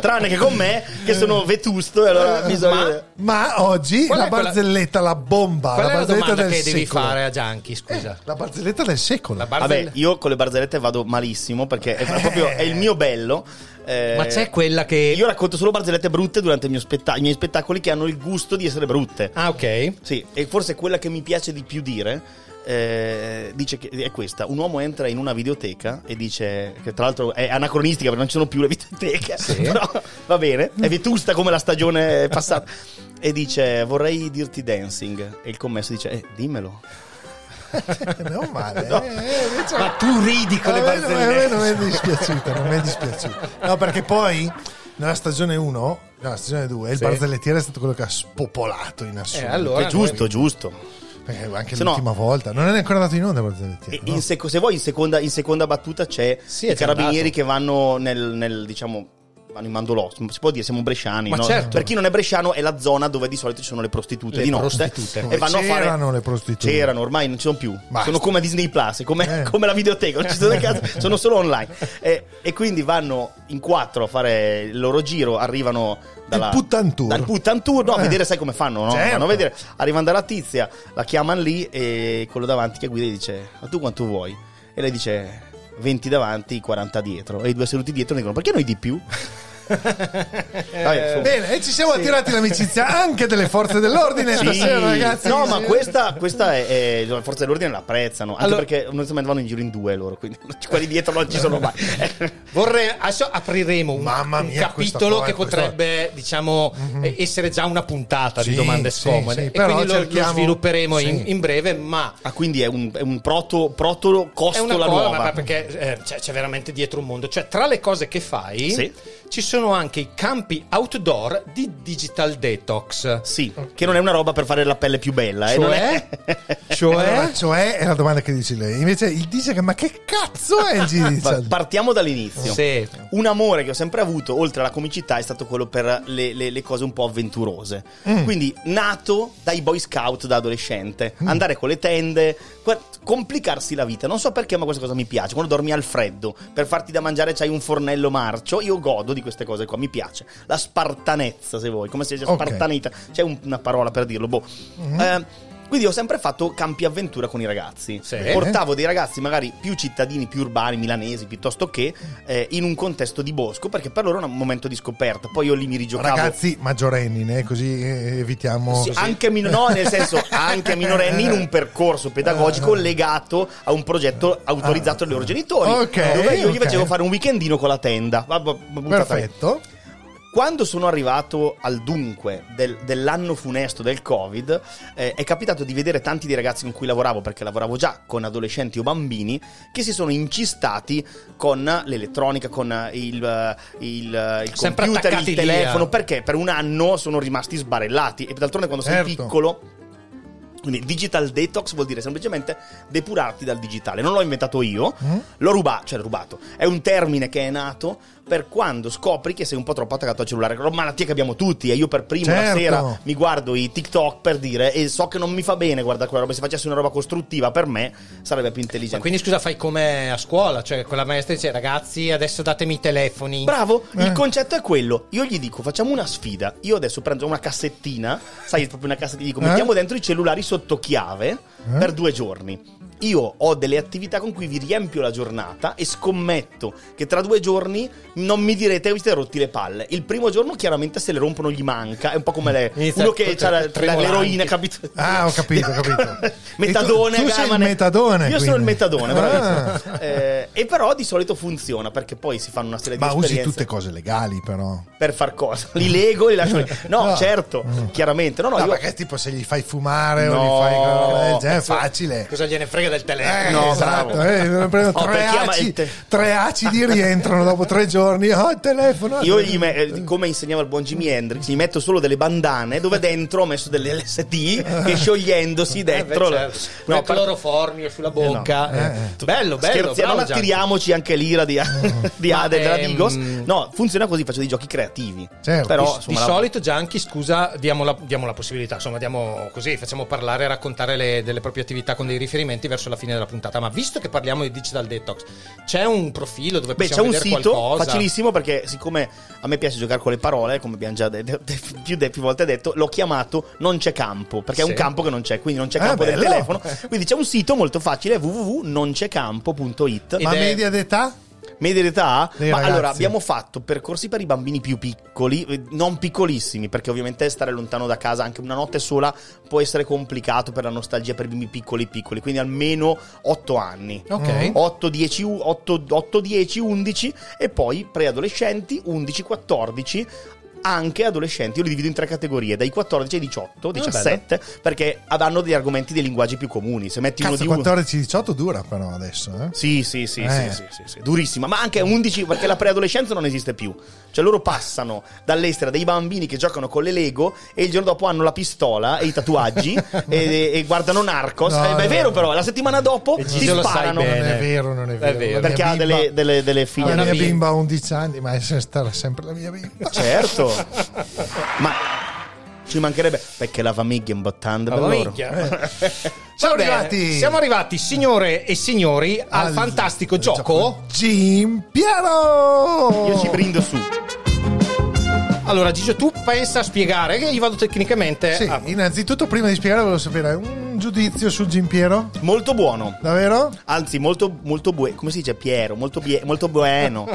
tranne che con me che sono vetusto e allora bisogna
Ma oggi
Qual è
la
quella-
barzelletta, la bomba,
qual
la
è la
barzelletta
domanda
del
che devi
secolo.
fare a Gianchi
Esatto.
scusa
Eh,
Eh.
La barzelletta del secolo.
vabbè io con le barzellette vado malissimo perché è proprio è il mio bello Eh,
Ma c'è quella che.
io racconto solo barzellette brutte durante il mio spettacolo i miei spettacoli che hanno il gusto di essere brutte
ah ok
sì e forse quella che mi piace di più dire eh, dice che è questa un uomo entra in una videoteca e dice che tra l'altro è anacronistica perché non ci sono più le videoteche però va bene è vetusta come la stagione passata e dice vorrei dirti dancing e il commesso dice eh, dimmelo
non Eh, male.
No. Ma tu ridi con le
A me-
barzellette.
a me Non è dispiaciuta, non mi è dispiaciuta. No, perché poi nella stagione 1, nella stagione 2, il
Sì.
barzellettiere è stato quello che ha spopolato in assoluto.
è giusto giusto
Perché anche
eh. Se no-
l'ultima volta. Non è ancora andato in onda il barzellettiere.
E in seco- se vuoi in seconda, in seconda battuta c'è
Sì,
i
è già
carabinieri
andato.
che vanno nel, nel, diciamo vanno in mandolò si può dire siamo bresciani
Ma
no?
certo.
per chi non è bresciano è la zona dove di solito ci sono le prostitute
Le
di notte
prostitute.
e vanno a fare
C'erano le prostitute.
c'erano ormai non ci sono più
Basta. Eh.
sono come Disney Plus come, come la videoteca non ci sono, cazzo, sono solo online e, e quindi vanno in quattro a fare il loro giro arrivano dalla,
Puttan tour.
dal puttan tour, no, a
Eh.
vedere sai come fanno, no?
Certo.
Vanno a vedere. Arrivano dalla tizia, la chiamano lì e quello davanti che guida gli dice "Ma tu quanto vuoi?" E lei dice 20 davanti, 40 dietro. E i due seduti dietro dicono "Perché noi di più?" Vabbè, insomma.
Bene, e ci siamo attirati l'amicizia anche delle forze dell'ordine
Sì.
stasera, ragazzi.
No,
Sì.
ma questa, questa è, è- insomma, Forza dell'ordine l'apprezzano. Anche
Allora-
perché onestamente vanno in giro in due loro, quindi quelli dietro non ci sono mai.
Vorrei, adesso apriremo un, un
mia, questa
capitolo
qua,
che
questa-
potrebbe, diciamo, eh, essere già una puntata
Sì,
di domande
sì,
scomode.
sì,
e
però
quindi lo, lo
cerchiamo-
svilupperemo
sì.
in, in breve, ma
Ah, quindi è un, è un proto, protolo
è una cosa,
costola nuova.
ma perché eh, c'è, c'è veramente dietro un mondo. Cioè, tra le cose che fai,
Sì.
ci sono anche i campi outdoor di digital detox.
Sì, che non è una roba per fare la pelle più bella, eh, non è-
Allora,
Eh?
cioè, è la domanda che dice lei. Invece il dice che ma che cazzo è il
Pa-
Gigi?
Partiamo dall'inizio.
Sì.
Un amore che ho sempre avuto, oltre alla comicità, è stato quello per le, le- le cose un po' avventurose.
Mm.
Quindi, nato dai Boy Scout da adolescente,
Mm.
andare con le tende, que- complicarsi la vita. Non so perché, ma questa cosa mi piace. Quando dormi al freddo, per farti da mangiare c'hai un fornello marcio. Io godo di queste cose qua, mi piace. La spartanezza, se vuoi, come se sia
Ok. Mm-hmm.
spartanita. C'è un- una parola per dirlo, boh. Eh, quindi ho sempre fatto campi avventura con i ragazzi. Portavo dei ragazzi, magari più cittadini, più urbani, milanesi, piuttosto che eh, in un contesto di bosco, perché per loro era un momento di scoperta. Poi io lì mi rigiocavo.
Ragazzi maggiorenni, né? così eh, evitiamo.
Sì, anche mino- no, nel senso anche minorenni in un percorso
Eh,
pedagogico legato a un progetto autorizzato dai loro genitori.
Ok,
dove io gli
ok.
facevo fare un weekendino con la tenda. Va- va- buttata lì.
Perfetto.
Quando sono arrivato al dunque del- dell'anno funesto del Covid, eh, è capitato di vedere tanti dei ragazzi con cui lavoravo, perché lavoravo già con adolescenti o bambini, che si sono incistati con l'elettronica, con eh, il, eh, il, eh, il
Sempre
computer,
attaccati
il
lì,
telefono,
eh.
perché per un anno sono rimasti sbarellati. E d'altronde quando sei
Certo.
piccolo... Quindi digital detox vuol dire semplicemente depurarti dal digitale. Non l'ho inventato io, L'ho rubato, cioè l'ho rubato. È un termine che è nato per quando scopri che sei un po' troppo attaccato al cellulare. È una malattia che abbiamo tutti e io per primo la
Certo.
sera mi guardo i TikTok per dire e so che non mi fa bene guardare quella roba. Se facessi una roba costruttiva per me sarebbe più intelligente.
Ma Cioè, quindi scusa, fai come a scuola, cioè con la maestra dice ragazzi adesso datemi i telefoni.
Bravo,
Eh.
il concetto è quello. Io gli dico, facciamo una sfida. Io adesso prendo una cassettina, sai, proprio una cassettina, gli dico,
Eh?
mettiamo dentro i cellulari sotto chiave
Eh?
per due giorni. io ho delle attività con cui vi riempio la giornata e scommetto che tra due giorni non mi direte vi siete rotti le palle. Il primo giorno chiaramente se le rompono gli manca, è un po' come le,
Inizia
uno che
tutto
ha la- la-
tremolanti.
l'eroina, capito?
Ah, ho capito, ho capito.
Metadone,
E tu- tu sei
gamane.
il metadone,
Io sono il
quindi.
metadone, bravissimo.
Ah.
Eh, e però di solito funziona perché poi si fanno una serie
Ma
di
usi
esperienze
tutte cose legali, però.
per far cosa? Li lego e li lascio lì. No,
No.
certo, chiaramente. No, no,
No,
io...
perché tipo se gli fai fumare o
No.
gli fai roba del genere, Eh, è facile.
Cosa gliene frega del telefono?
Eh, esatto, eh, ne prendo
Oh,
tre,
perché ama il
aci,
te-
tre acidi rientrano dopo tre giorni. Oh, il telefono.
Io gli me- eh, come insegnava il buon Jimi Hendrix, gli metto solo delle bandane dove dentro ho messo delle LSD che sciogliendosi dentro.
Eh, certo. No,
par-
cloroformio sulla bocca.
Eh, no.
Eh. Bello, bello.
Scherzi,
bravo,
non
Gianni.
attiriamoci anche l'ira di, di
Ma,
Ade della
ehm,
Digos. No, funziona così, faccio dei giochi creativi.
Di-
Però,
di,
insomma, la-
solito, Gianchi, scusa, diamo la, diamo la possibilità, insomma, diamo così, facciamo parlare e raccontare le- delle proprie attività con dei riferimenti verso la fine della puntata. Ma visto che parliamo di Digital Detox, c'è un profilo dove
Beh, c'è
possiamo
un
vedere
sito
qualcosa?
facilissimo perché siccome a me piace giocare con le parole, come abbiamo già de- de- de- più, de- più volte detto, l'ho chiamato Non c'è campo, perché è
Sì.
un campo che non c'è, quindi non c'è
Ah,
campo del
bello.
telefono. Quindi c'è un sito molto facile, www.noncecampo.it.
Ma media d'età?
Media d'età? "Ah?"
Dei
Ma
ragazzi.
allora abbiamo fatto percorsi per i bambini più piccoli, eh, non piccolissimi, perché ovviamente stare lontano da casa anche una notte sola può essere complicato per la nostalgia per i bimbi piccoli piccoli, quindi almeno 8 anni.
Ok.
8, 10, u- 8, 8, 10, 11 e poi preadolescenti 11, 14 anche adolescenti, io li divido in tre categorie, dai 14 ai
Ah,
18, 17, perché hanno degli argomenti dei linguaggi più comuni. Se metti
Cazzo,
uno di uno...
14-18 dura però adesso. Eh?
Sì, sì, sì,
Eh.
sì, sì, sì, sì, durissima, ma anche 11 perché la preadolescenza non esiste più. Cioè loro passano dall'estera dei bambini che giocano con le Lego e il giorno dopo hanno la pistola e i tatuaggi e, e guardano Narcos.
No,
Eh, ma è
no.
vero però, la settimana dopo
E
si
Gigio lo sai
sparano.
Non
bene.
è vero, non è
È
vero.
vero.
La
Perché
mia
ha delle,
bimba-
delle, delle
La
figlie.
mia
figlia.
bimba ha 11 anni, ma se starà sempre la mia bimba.
Certo. Ma ci mancherebbe perché la famiglia è imbottante per
Ma
loro.
minchia.
eh. Siamo
Va bene,
arrivati.
Siamo arrivati, signore e signori, al,
Al-
fantastico gioco
Jim Piero!
Io ci brindo su.
Allora, Gigio, tu pensa a spiegare che io vado tecnicamente.
Sì,
a-
innanzitutto prima di spiegare volevo sapere un giudizio su Jim Piero.
Molto buono.
Davvero?
Anzi, molto, molto buono. Come si dice Piero? Molto, bie- molto buono.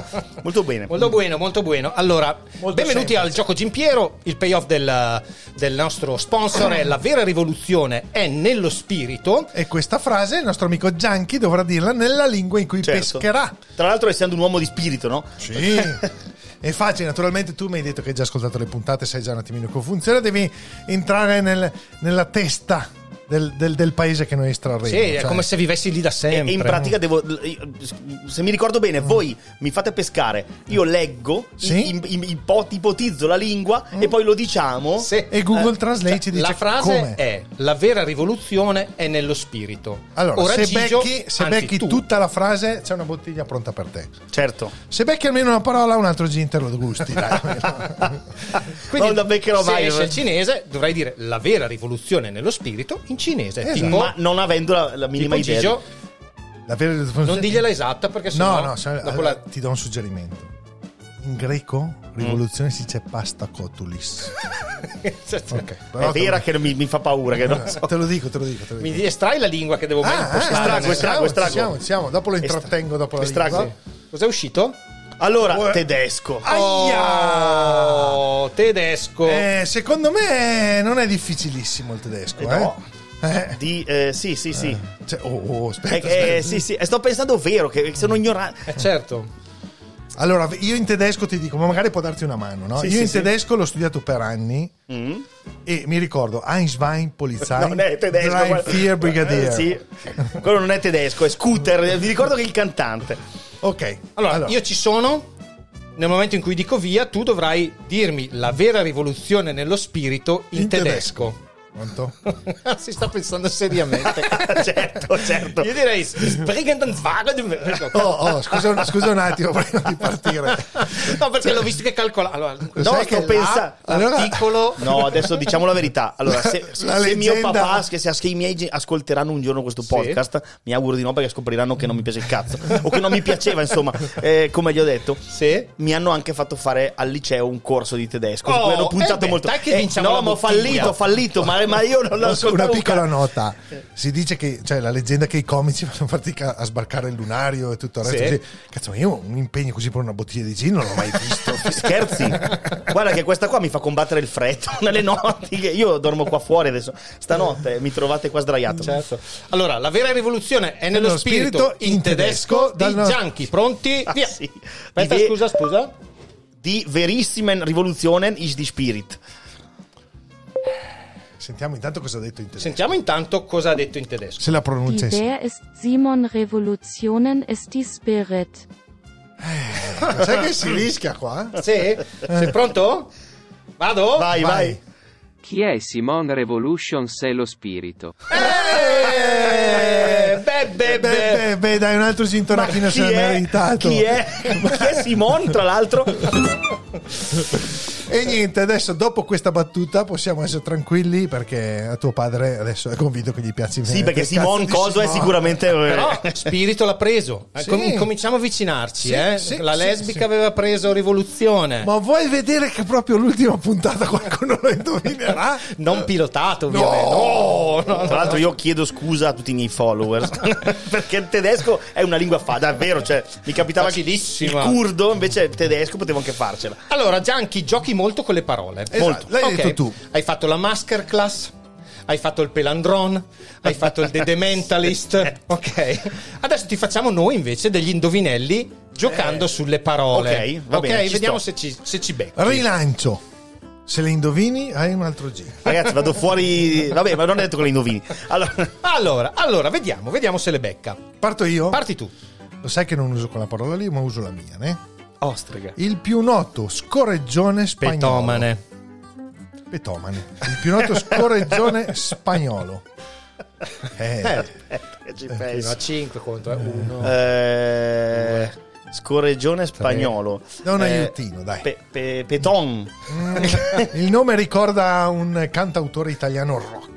Molto bene.
Molto buono, molto buono. Allora, benvenuti al gioco Gimpiero. Il payoff del, del nostro sponsor è La vera rivoluzione è nello spirito.
E questa frase il nostro amico Gianchi dovrà dirla nella lingua in cui
Certo.
pescherà.
Tra l'altro, essendo un uomo di spirito, no?
Sì. È facile, naturalmente tu mi hai detto che hai già ascoltato le puntate, sai già un attimino come funziona, devi entrare nel- nella testa del, del- del paese che noi estrarremo.
Sì, è
cioè-
come se vivessi lì da
E
sempre. Mm.
in pratica devo. Se mi ricordo bene, voi mi fate pescare, io leggo,
Sì.
im- im- ipo- ipotizzo la lingua e poi lo diciamo.
Mm. Sì.
E Google
Eh,
Translate ci dice
La frase
come.
è La vera rivoluzione è nello spirito.
Allora,
Ora
se,
Gigio-
becchi, se
anzi,
becchi
tu.
tutta la frase, c'è una bottiglia pronta per te.
Certo.
Se becchi almeno una parola, un altro ginter lo gusti. dai.
Non la beccherò
se
mai.
esce il cinese, dovrai dire la vera rivoluzione nello spirito in cinese.
Esatto.
Tipo,
Ma non avendo la, la minima
tipo
idea.
Gigio,
La vera-
non digliela esatta perché sennò
No, no, se-
dopo
allora,
la-
ti do un suggerimento. In greco, rivoluzione si dice pasta cotulis. Ok,
È
però te
vera
lo-
che mi, mi fa paura, che non so.
Te lo dico, te lo dico, te lo dico.
Mi estrai la lingua che devo mai
Ah, eh,
impostare.
strago,
estrago,
strago,
estrago.
ci Siamo, ci siamo. Dopo lo
Estra-
intrattengo dopo la
estrago.
lingua.
Cos'è uscito?
Allora, tedesco.
Aia!
Oh, tedesco.
Eh, secondo me non è difficilissimo il tedesco,
Eh,
eh?
no.
Eh,
Di, eh, sì, sì, sì.
cioè, oh, oh, aspetta,
Eh, eh,
aspetta.
sì, sì. Eh, Sto pensando vero, che sono ignorante.
Eh, certo.
Allora, io in tedesco ti dico, ma magari può darti una mano, no?
Sì,
io
sì,
in
sì.
tedesco l'ho studiato per anni
Mm.
e mi ricordo Einstein, Polizei,
Non è tedesco.
Drive
guarda.
Fear Brigadier.
Eh, sì. Quello non è tedesco, è scooter. Vi ricordo che è il cantante.
Ok,
Allora, io ci sono. Nel momento in cui dico via, tu dovrai dirmi la vera rivoluzione nello spirito in,
In
tedesco.
Pronto?
si sta pensando seriamente.
certo, certo.
Io direi Spregendenwagen.
Oh, oh, scusa, un- scusa un attimo prima di partire.
Ecco. No, perché l'ho visto che calcola. Allora, no,
Sai
sto
che
pensando.
là- allora-
L'articolo.
No, adesso diciamo la verità. Allora, se, se
La
mio
leggenda-
papà, che se, se i miei gen- ascolteranno un giorno questo podcast, mi auguro di no perché scopriranno che non mi piace il cazzo. o che non mi piaceva, insomma, eh, come gli ho detto.
Sì.
Mi hanno anche fatto fare al liceo un corso di tedesco. su
Oh,
cui hanno puntato
eh beh,
molto.
dai che vinciamo
no,
la
ma ho
bottiglia.
fallito, ho fallito, ma ma io non l'ho
Posso- Una
ascoltato.
piccola nota. Si dice che, cioè, la leggenda che i comici fanno fatica a sbarcare il lunario e tutto il resto.
Sì.
così. Cazzo, ma io un impegno così per una bottiglia di gin non l'ho mai visto.
Scherzi? Guarda che questa qua mi fa combattere il freddo nelle notti. che Io dormo qua fuori adesso. Stanotte mi trovate qua sdraiato.
Certo. Allora, la vera rivoluzione è nello,
Nello
spirito,
spirito
in
in
tedesco,
tedesco
di
dal no-
Gianchi. Pronti? Via. Aspetta,
Ah, Di ve-
scusa, scusa.
Di verissimen rivolutionen is di spirit.
Sentiamo intanto cosa ha detto in tedesco.
Sentiamo intanto cosa ha detto in tedesco.
Se la pronuncia
Die
in
Bär ist Simon Revolutionen ist die Spirit.
Eh, Ma sai che si rischia qua?
Sì? Sei pronto? Vado?
Vai, vai. Chi è Simon Revolution se lo spirito?
Eh, Beh, beh,
beh,
Eh.
beh, beh, dai, un altro gintonacchino se l'è meritato.
Chi è? Chi è Simon, tra l'altro?
E niente, adesso dopo questa battuta possiamo essere tranquilli perché a tuo padre adesso è convinto Eh, che gli piaci
Sì, perché Simon Coso è sicuramente. eh,
Però Spirito l'ha preso. Eh,
Sì.
com- cominciamo a avvicinarci.
Sì,
eh.
sì,
la
sì,
lesbica
sì.
aveva preso rivoluzione.
Ma vuoi vedere che proprio l'ultima puntata qualcuno lo indovinerà?
Non pilotato, ovviamente. No, no, no,
Tra l'altro,
no.
io chiedo scusa a tutti i miei followers perché il tedesco è una lingua fa, davvero. Cioè, mi capitava che il
Facilissima.
curdo invece il tedesco potevo anche farcela.
Allora, Gianchi, giochi molto con le parole.
Esatto, l'hai
Ok.
detto tu.
Hai fatto la masterclass. Hai fatto il pelandron, hai fatto il The Dementalist. Ok. Adesso ti facciamo noi invece degli indovinelli giocando sulle parole.
Eh. ok, va bene, ci
vediamo
sto.
se ci, se ci becchi.
Rilancio. Se le indovini, hai un altro giro.
Ragazzi, vado fuori. Vabbè, ma non è detto che le indovini. Allora,
allora, allora, vediamo, vediamo se le becca.
Oh.
Parto io?
Parti tu.
Lo sai che non uso quella parola lì, ma uso la mia, ne?
Ostrega.
Il più noto scorreggione spagnolo.
Petomane.
Petomane. Il più noto scorreggione spagnolo. Eh.
che ci
Fino
penso.
a 5 Eh, contro 1.
Eh, scorreggione spagnolo.
Da un
Eh,
aiutino, dai.
pe- pe- peton.
Mm, Il nome ricorda un cantautore italiano rock.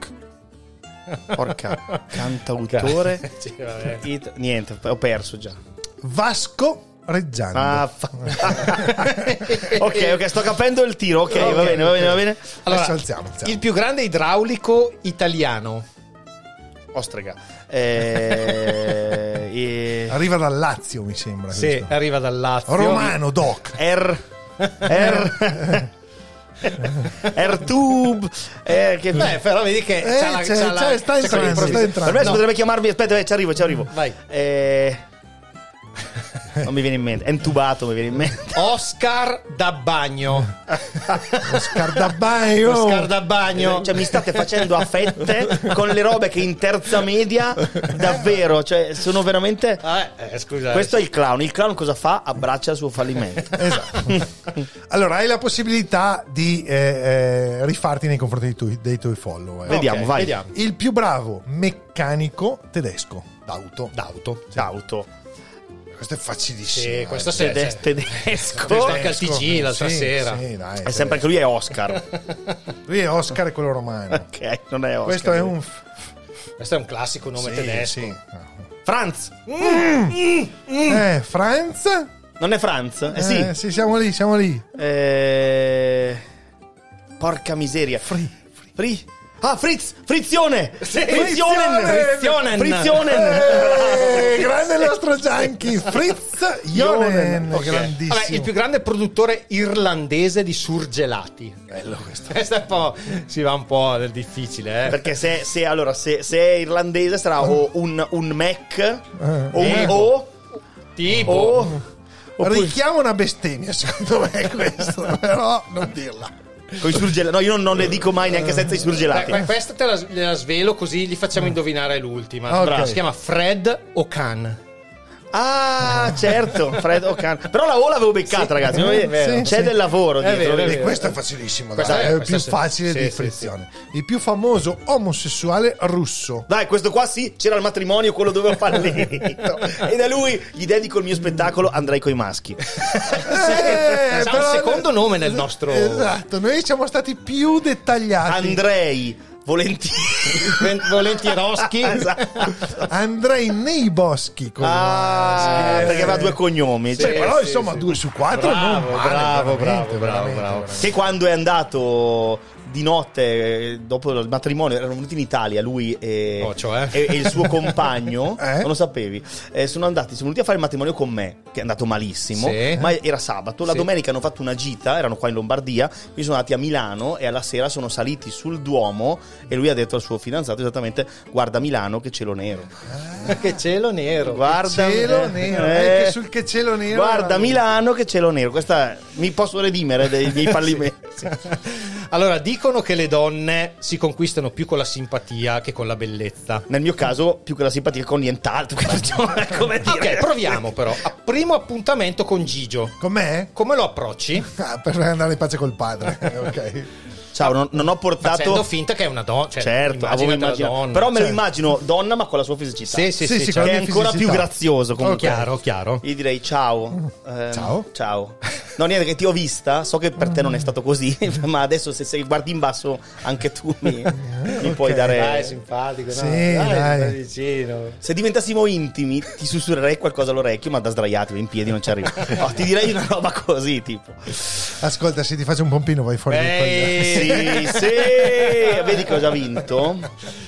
Porca cantautore. It- niente, ho perso già.
Vasco Reggiano.
Ah, fa- Eh. ok, ok, sto capendo il tiro. Ok, va bene, va bene, va bene.
Adesso alziamo, alziamo.
Il più grande idraulico italiano.
Ostrega. Eh, eh,
Arriva dal Lazio, mi sembra.
Sì,
questo.
arriva dal Lazio.
Romano, doc.
er. Er. Ertub. Eh, che
Beh, però vedi che
Eh,
c'ha la,
c'è-
c'ha la-
c'è- sta
c'è quella
entrando,
improvvisa.
sta entrando.
Per me si
No.
potrebbe chiamarmi. Aspetta, eh, ci arrivo, ci arrivo.
Vai.
Eh, non mi viene in mente. È intubato, mi viene in mente.
Oscar da bagno.
Oscar da bagno.
Oscar da bagno.
Cioè, mi state facendo a fette con le robe che in terza media, davvero, cioè, sono veramente.
Ah, eh, scusa.
Questo è il clown. Il clown cosa fa? Abbraccia il suo fallimento.
Esatto. Allora, hai la possibilità di eh, eh, rifarti nei confronti dei tuoi, dei tuoi follower.
Vediamo, vai.
eh, vediamo.
Il più bravo meccanico tedesco d'auto.
D'auto.
D'auto.
Questo è facilissimo.
Sì,
eh.
questo
Tedes-
se
tedesco.
Questo anche al TG l'altra
Sì,
sera.
sì, dai,
È sempre anche lui è Oscar.
Lui è Oscar e quello romano.
ok, non è Oscar. eh.
Questo è un
Questo è un classico nome
Sì,
tedesco. Eh,
sì.
Franz.
Mm.
Eh, Franz?
Non è Franz? Eh sì.
Eh, siamo lì, siamo lì.
Eh, Porca miseria. Free. Ah, Fritz! Frizione! Frizionen!
Frizionen!
Frizionen!
Eh, grande il nostro Gianchi Fritz Jonen,
Jonen, ok.
grandissimo.
Vabbè, il più grande produttore irlandese di surgelati.
Bello questo.
Questo è un po'. Si va un po' del difficile, eh.
Perché se, se- allora, se, se è irlandese sarà o un, un Mac o un
Eh.
O
Tipo.
o... Oppure,
Richiamo una bestemmia, secondo me, questo, però non dirla.
con i surgelati. No, io non, non le dico mai neanche senza i
Beh, que-
surgelati.
questa te la, gliela svelo così gli facciamo indovinare l'ultima.
Mm. Ok.
Bravo. Si chiama Fred O'Can.
Ah, certo, Fred O'Connor. Però la O l'avevo beccata, ragazzi.
vero.
C'è
Sì.
del lavoro
È
dietro.
vero, è
E questo è facilissimo, dai,
Questa è-
è il
questa
più
sì.
facile
Sì,
di
sì,
frizione. Il più famoso omosessuale russo.
Dai, questo qua sì, c'era il matrimonio, quello dove ho fallito. e da lui gli dedico il mio spettacolo Andrei coi maschi.
Eh,
C'ha un secondo nome nel nostro.
Esatto, noi siamo stati più dettagliati.
Andrei, volentieri.
Ven- Volentieroschi.
Esatto.
Andrei nei boschi con
Ah,
Eh,
perché aveva due cognomi.
Cioè,
cioè,
però
sì,
insomma,
sì.
due su quattro
Bravo,
non male,
bravo,
veramente,
bravo, bravo,
veramente,
bravo.
veramente.
Che quando è andato di notte, eh, dopo il matrimonio, erano venuti in Italia lui e,
Oh, cioè?
e- e il suo compagno, non lo sapevi, eh, sono andati, sono venuti a fare il matrimonio con me, che è andato malissimo,
Sì.
ma era sabato, la
Sì.
domenica hanno fatto una gita, erano qua in Lombardia, quindi sono andati a Milano e alla sera sono saliti sul Duomo e lui ha detto al suo fidanzato esattamente guarda Milano che cielo nero.
che cielo nero.
Guarda,
cielo
eh,
nero,
eh,
eh, che sul che cielo nero.
Guarda
era-
Milano che cielo nero, questa mi posso redimere dei miei fallimenti.
Allora, dicono che le donne si conquistano più con la simpatia che con la bellezza.
Nel mio caso, più che la simpatia con nient'altro.
Ok, proviamo però. A primo appuntamento con Gigio.
Com'è?
Come lo approcci?
Ah, per andare in pace col padre. ok.
Ciao, non, non ho portato.
Facendo finta che è una donna. Cioè,
certo, avevo
immaginatela
immaginato-
donna.
però me lo
Certo.
immagino donna, ma con la sua fisicità.
Sì, sì, sì, Sì, sì, certo.
che è
con la
ancora più
fisicità.
grazioso. Comunque.
Oh, chiaro, chiaro.
Gli direi ciao. ehm,
Ciao. Mm.
Ciao. No, niente, che ti ho vista. So che per te non è stato così, ma adesso se, se guardi in basso anche tu mi, mi puoi dare.
Cioè, Dai, è simpatico. no?
Sì,
dai.
dai.
stai vicino.
Se diventassimo intimi, ti sussurrerei qualcosa all'orecchio, ma da sdraiati, in piedi non ci arrivo. No, ti direi una roba così, tipo.
Ascolta, se ti faccio un pompino vai fuori dal
Eh,
coglione.
sì, sì, vedi cosa ha vinto?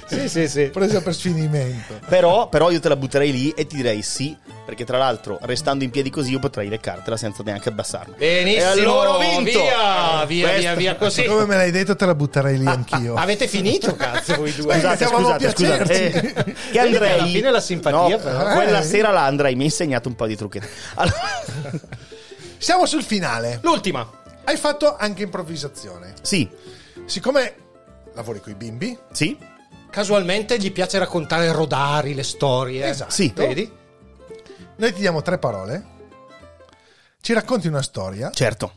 Sì, sì, sì.
Presa per sfinimento.
Però, però io te la butterei lì e ti direi sì, perché tra l'altro restando in piedi così io potrei leccartela senza neanche abbassarmi.
Benissimo.
E allora ho vinto!
Via, via,
Questo-
via, via, così.
Come me l'hai detto te la butterei lì anch'io.
Avete finito, cazzo, voi due?
Scusate, scusate, scusate. Eh, che Andrei...
Alla fine la simpatia,
No,
però.
Quella
Eh.
sera là Andrei mi ha insegnato un po' di trucchetti. Allora,
Siamo sul finale.
L'ultima.
Hai fatto anche improvvisazione.
sì,
Siccome lavori con i bimbi,
sì,
Casualmente gli piace raccontare rodari, le storie.
Esatto.
Eh, Sì.
Vedi?
noi ti diamo tre parole. Ci racconti una storia
certo.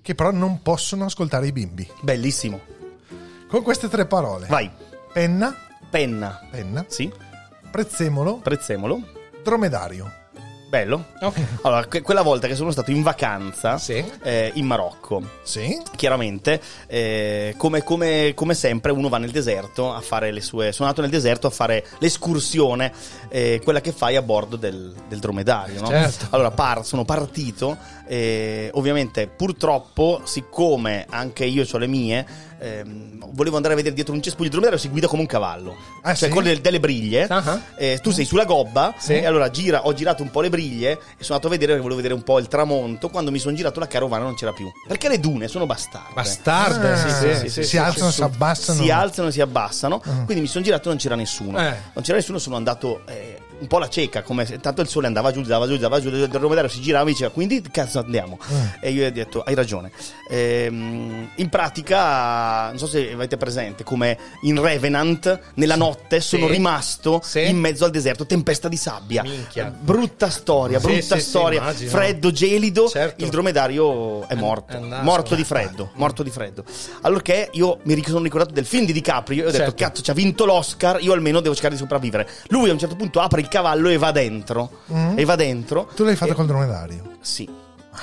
che però non possono ascoltare i bimbi.
Bellissimo.
Con queste tre parole.
Vai.
Penna,
Penna.
penna,
Sì,
prezzemolo,
prezzemolo.
dromedario.
Bello.
Ok.
Allora, que- quella volta che sono stato in vacanza
Sì.
eh, in Marocco,
Sì?
chiaramente, eh, come, come- come sempre, uno va nel deserto a fare le sue. Sono andato nel deserto a fare l'escursione, eh, quella che fai a bordo del, del dromedario. No?
Certo.
Allora, par- sono partito, eh, ovviamente, purtroppo, siccome anche io ho le mie. ehm, volevo andare a vedere dietro un cespuglio il dromedario si guida come un cavallo
Ah,
cioè
sì?
con le- delle briglie
Ah.
eh, tu sei sulla gobba
Sì.
e allora gira, ho girato un po' le briglie e sono andato a vedere perché volevo vedere un po' il tramonto. Quando mi sono girato la carovana non c'era più. Perché le dune sono bastarde.
Bastarde.
Ah,
sì, sì, sì,
si
sì, sì,
alzano,
sì,
si abbassano.
Si alzano e si abbassano. Quindi mi sono girato e non c'era nessuno.
Ah. Eh.
Non c'era nessuno, sono andato eh, un po' alla cieca. Come se- tanto il sole andava giù, andava giù, andava giù. Il dromedario si girava e diceva quindi cazzo andiamo.
Eh.
E io gli ho detto hai ragione. Ehm, in pratica, non so se avete presente, come in Revenant, nella notte sono
Sì.
rimasto
Sì.
in mezzo al deserto, tempesta di sabbia. Eh,
Minchia.
Brutta storia,
Sì,
brutta
sì, sì,
storia.
immagino.
freddo, gelido.
Certo.
Il dromedario è morto.
è eh. andato.
morto di freddo. Morto di freddo. Allorché io mi ric- sono ricordato del film di DiCaprio. E ho detto,
Certo.
cazzo, ci ha vinto l'Oscar. Io almeno devo cercare di sopravvivere. Lui a un certo punto apre il cavallo e va dentro.
Mm.
E va dentro.
Tu l'hai fatto
E-
col dromedario.
Sì.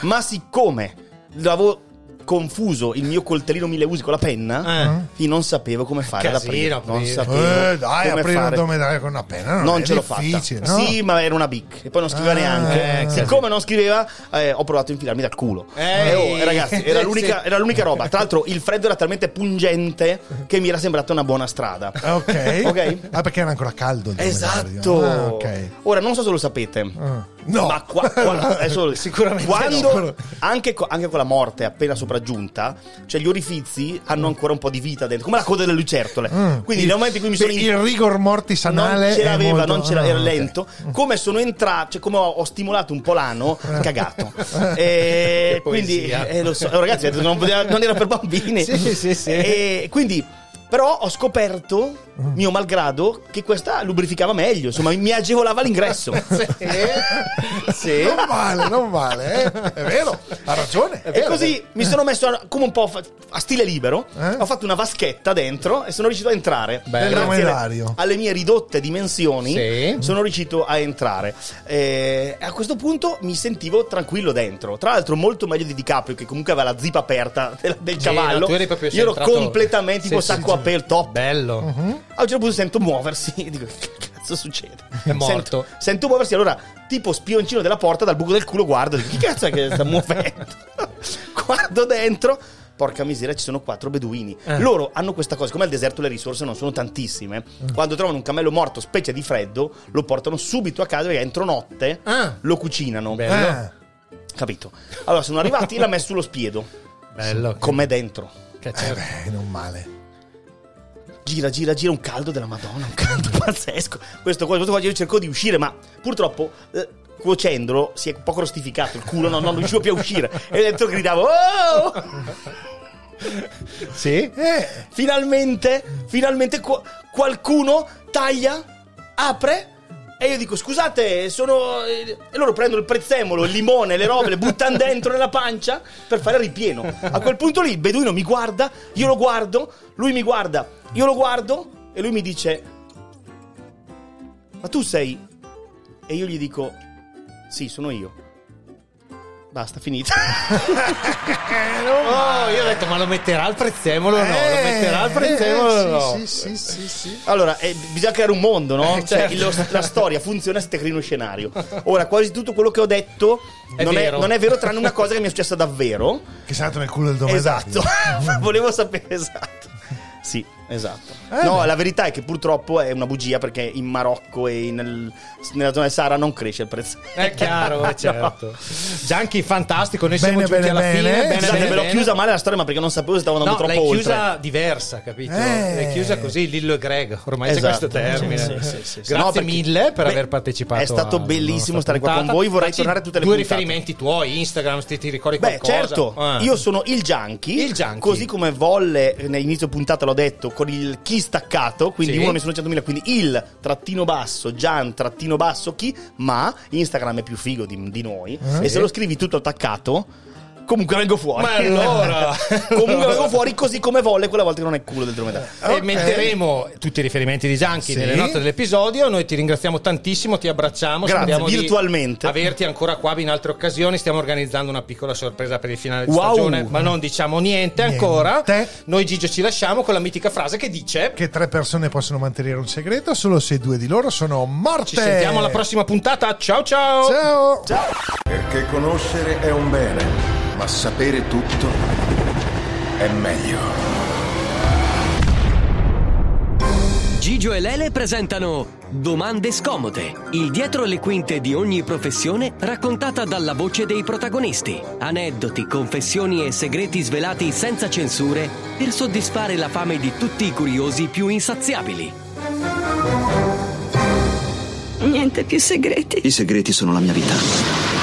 Ma siccome l'avevo confuso il mio coltellino mille usi con la penna,
Eh.
io non sapevo come fare ad aprire.
Casino,
Non
aprire.
sapevo
Eh, dai,
come
aprire un
fare.
dromedario con una penna non,
Non,
è
ce l'ho fatta.
difficile, no?
Sì, ma era una bic. E poi non scriveva
Ah,
neanche.
eh,
Siccome non scriveva, eh, ho provato a infilarmi dal culo.
Ehi.
Eh, oh, eh, ragazzi, era
Sì.
l'unica, era l'unica roba. Tra l'altro, il freddo era talmente pungente che mi era sembrata una buona strada.
Ah, Ok.
Ok?
Ah, perché era ancora caldo il dromedario.
Esatto.
Ah, ok.
Ora, non so se lo sapete.
Ah. No.
Ma qua, qua- adesso-
Sicuramente
quando,
no.
anche, co- anche con la morte appena sopraggiunta, cioè gli orifizi hanno ancora un po' di vita dentro, come la coda delle lucertole.
Mm.
Quindi, nel momento in cui mi sono
Beh, il rigor mortis anale
non ce
è
l'aveva,
molto-
non ce l'aveva, era
ah, ok.
lento. Come sono entrato, cioè come ho, ho stimolato un po' l'ano, cagato. E
Che
quindi,
poesia.
eh, lo so, ragazzi, ho detto, non, poteva- non era per bambini.
Sì, sì, sì.
E quindi, però ho scoperto,
Mm.
mio malgrado, che questa lubrificava meglio, insomma, mi agevolava l'ingresso.
Sì. sì.
Non male, non male, eh. è vero, ha ragione.
E così mi sono messo a- come un po' fa- a stile libero,
Eh?
ho fatto una vaschetta dentro e sono riuscito a entrare.
Bello.
Grazie alle,
Dromedario.
alle mie ridotte dimensioni
Sì.
sono riuscito a entrare. E a questo punto mi sentivo tranquillo dentro. Tra l'altro molto meglio di DiCaprio che comunque aveva la zipa aperta del, del
Sì,
cavallo.
no, tu eri proprio
Io ero
centrato-
completamente tipo
Sì, sì,
sacco
sì.
aperto, top.
Oh, Bello.
A un certo punto sento muoversi e dico che cazzo succede?
È morto.
Sento, sento muoversi allora tipo spioncino della porta dal buco del culo guardo dico, chi cazzo è che sta muovendo? guardo dentro porca miseria, ci sono quattro beduini.
Eh.
Loro hanno questa cosa, come al deserto le risorse non sono tantissime.
Mm.
Quando trovano un cammello morto, specie di freddo, lo portano subito a casa e entro notte lo cucinano.
Ah.
Eh.
Bello.
Capito? Allora sono arrivati e l'ha messo sullo spiedo.
Bello.
Com'è dentro.
Che certo.
beh, non male.
Gira, gira, gira un caldo della Madonna, un caldo pazzesco. Questo qua, questo qua io cerco di uscire, ma purtroppo eh, cuocendolo si è un po' crostificato il culo, no, non riuscivo più a uscire. E dentro gridavo: Oh!
Sì?
Finalmente, finalmente qua- qualcuno taglia, apre. E io dico, scusate, sono. eh", E loro prendono il prezzemolo, il limone, le robe, le buttano dentro nella pancia per fare il ripieno. A quel punto lì il beduino mi guarda, io lo guardo, lui mi guarda, io lo guardo e lui mi dice: Ma tu sei. E io gli dico: Sì, sono io. Basta, finita.
Oh, io ho detto, ma lo metterà al prezzemolo o no?
Eh,
Lo metterà al prezzemolo o no?
Eh. sì, sì, sì, sì, sì.
Allora, eh, bisogna creare un mondo, no?
Eh,
cioè,
certo.
lo- la storia funziona se te crei uno scenario. Ora, quasi tutto quello che ho detto
È
non,
vero.
È, non è vero, tranne una cosa che mi è successa davvero.
Che salta nel culo del domedato.
Esatto. Volevo sapere, esatto. Sì, esatto.
Eh,
no,
beh.
la verità è che purtroppo è una bugia perché in Marocco e nel- nella zona del Sahara non cresce il prezzo.
È chiaro, eh, certo. Gianchi, fantastico, noi siamo
Bene,
giunti alla fine. Bene,
Scusate,
bene,
ve l'ho
bene.
chiusa male la storia, ma perché non sapevo se stavo
No,
andando
l'hai
troppo oltre.
chiusa diversa, capito?
Eh.
L'hai chiusa così, Lillo e Greg. Ormai
Esatto.
c'è questo termine.
Sì, sì, sì, sì.
Grazie
No, perché-
mille per
Beh,
aver partecipato.
è stato
alla
bellissimo
nostra
stare qua con
puntata.
voi, vorrei
Facci
tornare a tutte le
due
puntate.
riferimenti tuoi, Instagram, se ti ricordi
Beh,
qualcosa.
certo,
Eh.
io sono il junkie, così come volle eh, nell'inizio puntata l'ho detto, con il chi staccato, quindi
Sì.
uno ne sono 100.000, quindi il trattino basso, Gian trattino basso chi, ma Instagram è più figo di, di noi,
Eh.
e
Sì.
se lo scrivi tutto attaccato, comunque vengo fuori.
Ma allora?
comunque vengo fuori così come volle quella volta che non è il culo del dromedario.
E metteremo tutti i riferimenti di Gianchi
Sì.
nelle note dell'episodio. Noi ti ringraziamo tantissimo, ti abbracciamo.
Grazie,
speriamo di
virtualmente.
averti ancora qua in altre occasioni. Stiamo organizzando una piccola sorpresa per il finale di
Wow.
stagione, ma non diciamo niente, ancora. Noi, Gigio, ci lasciamo con la mitica frase che dice:
Che tre persone possono mantenere un segreto solo se due di loro sono morte.
Ci sentiamo alla prossima puntata. Ciao, ciao.
Ciao.
Perché conoscere è un bene, ma sapere tutto è meglio.
Gigio e Lele presentano Domande scomode, il dietro le quinte di ogni professione raccontata dalla voce dei protagonisti. Aneddoti, confessioni e segreti svelati senza censure per soddisfare la fame di tutti i curiosi più insaziabili.
Niente più segreti.
I segreti sono la mia vita.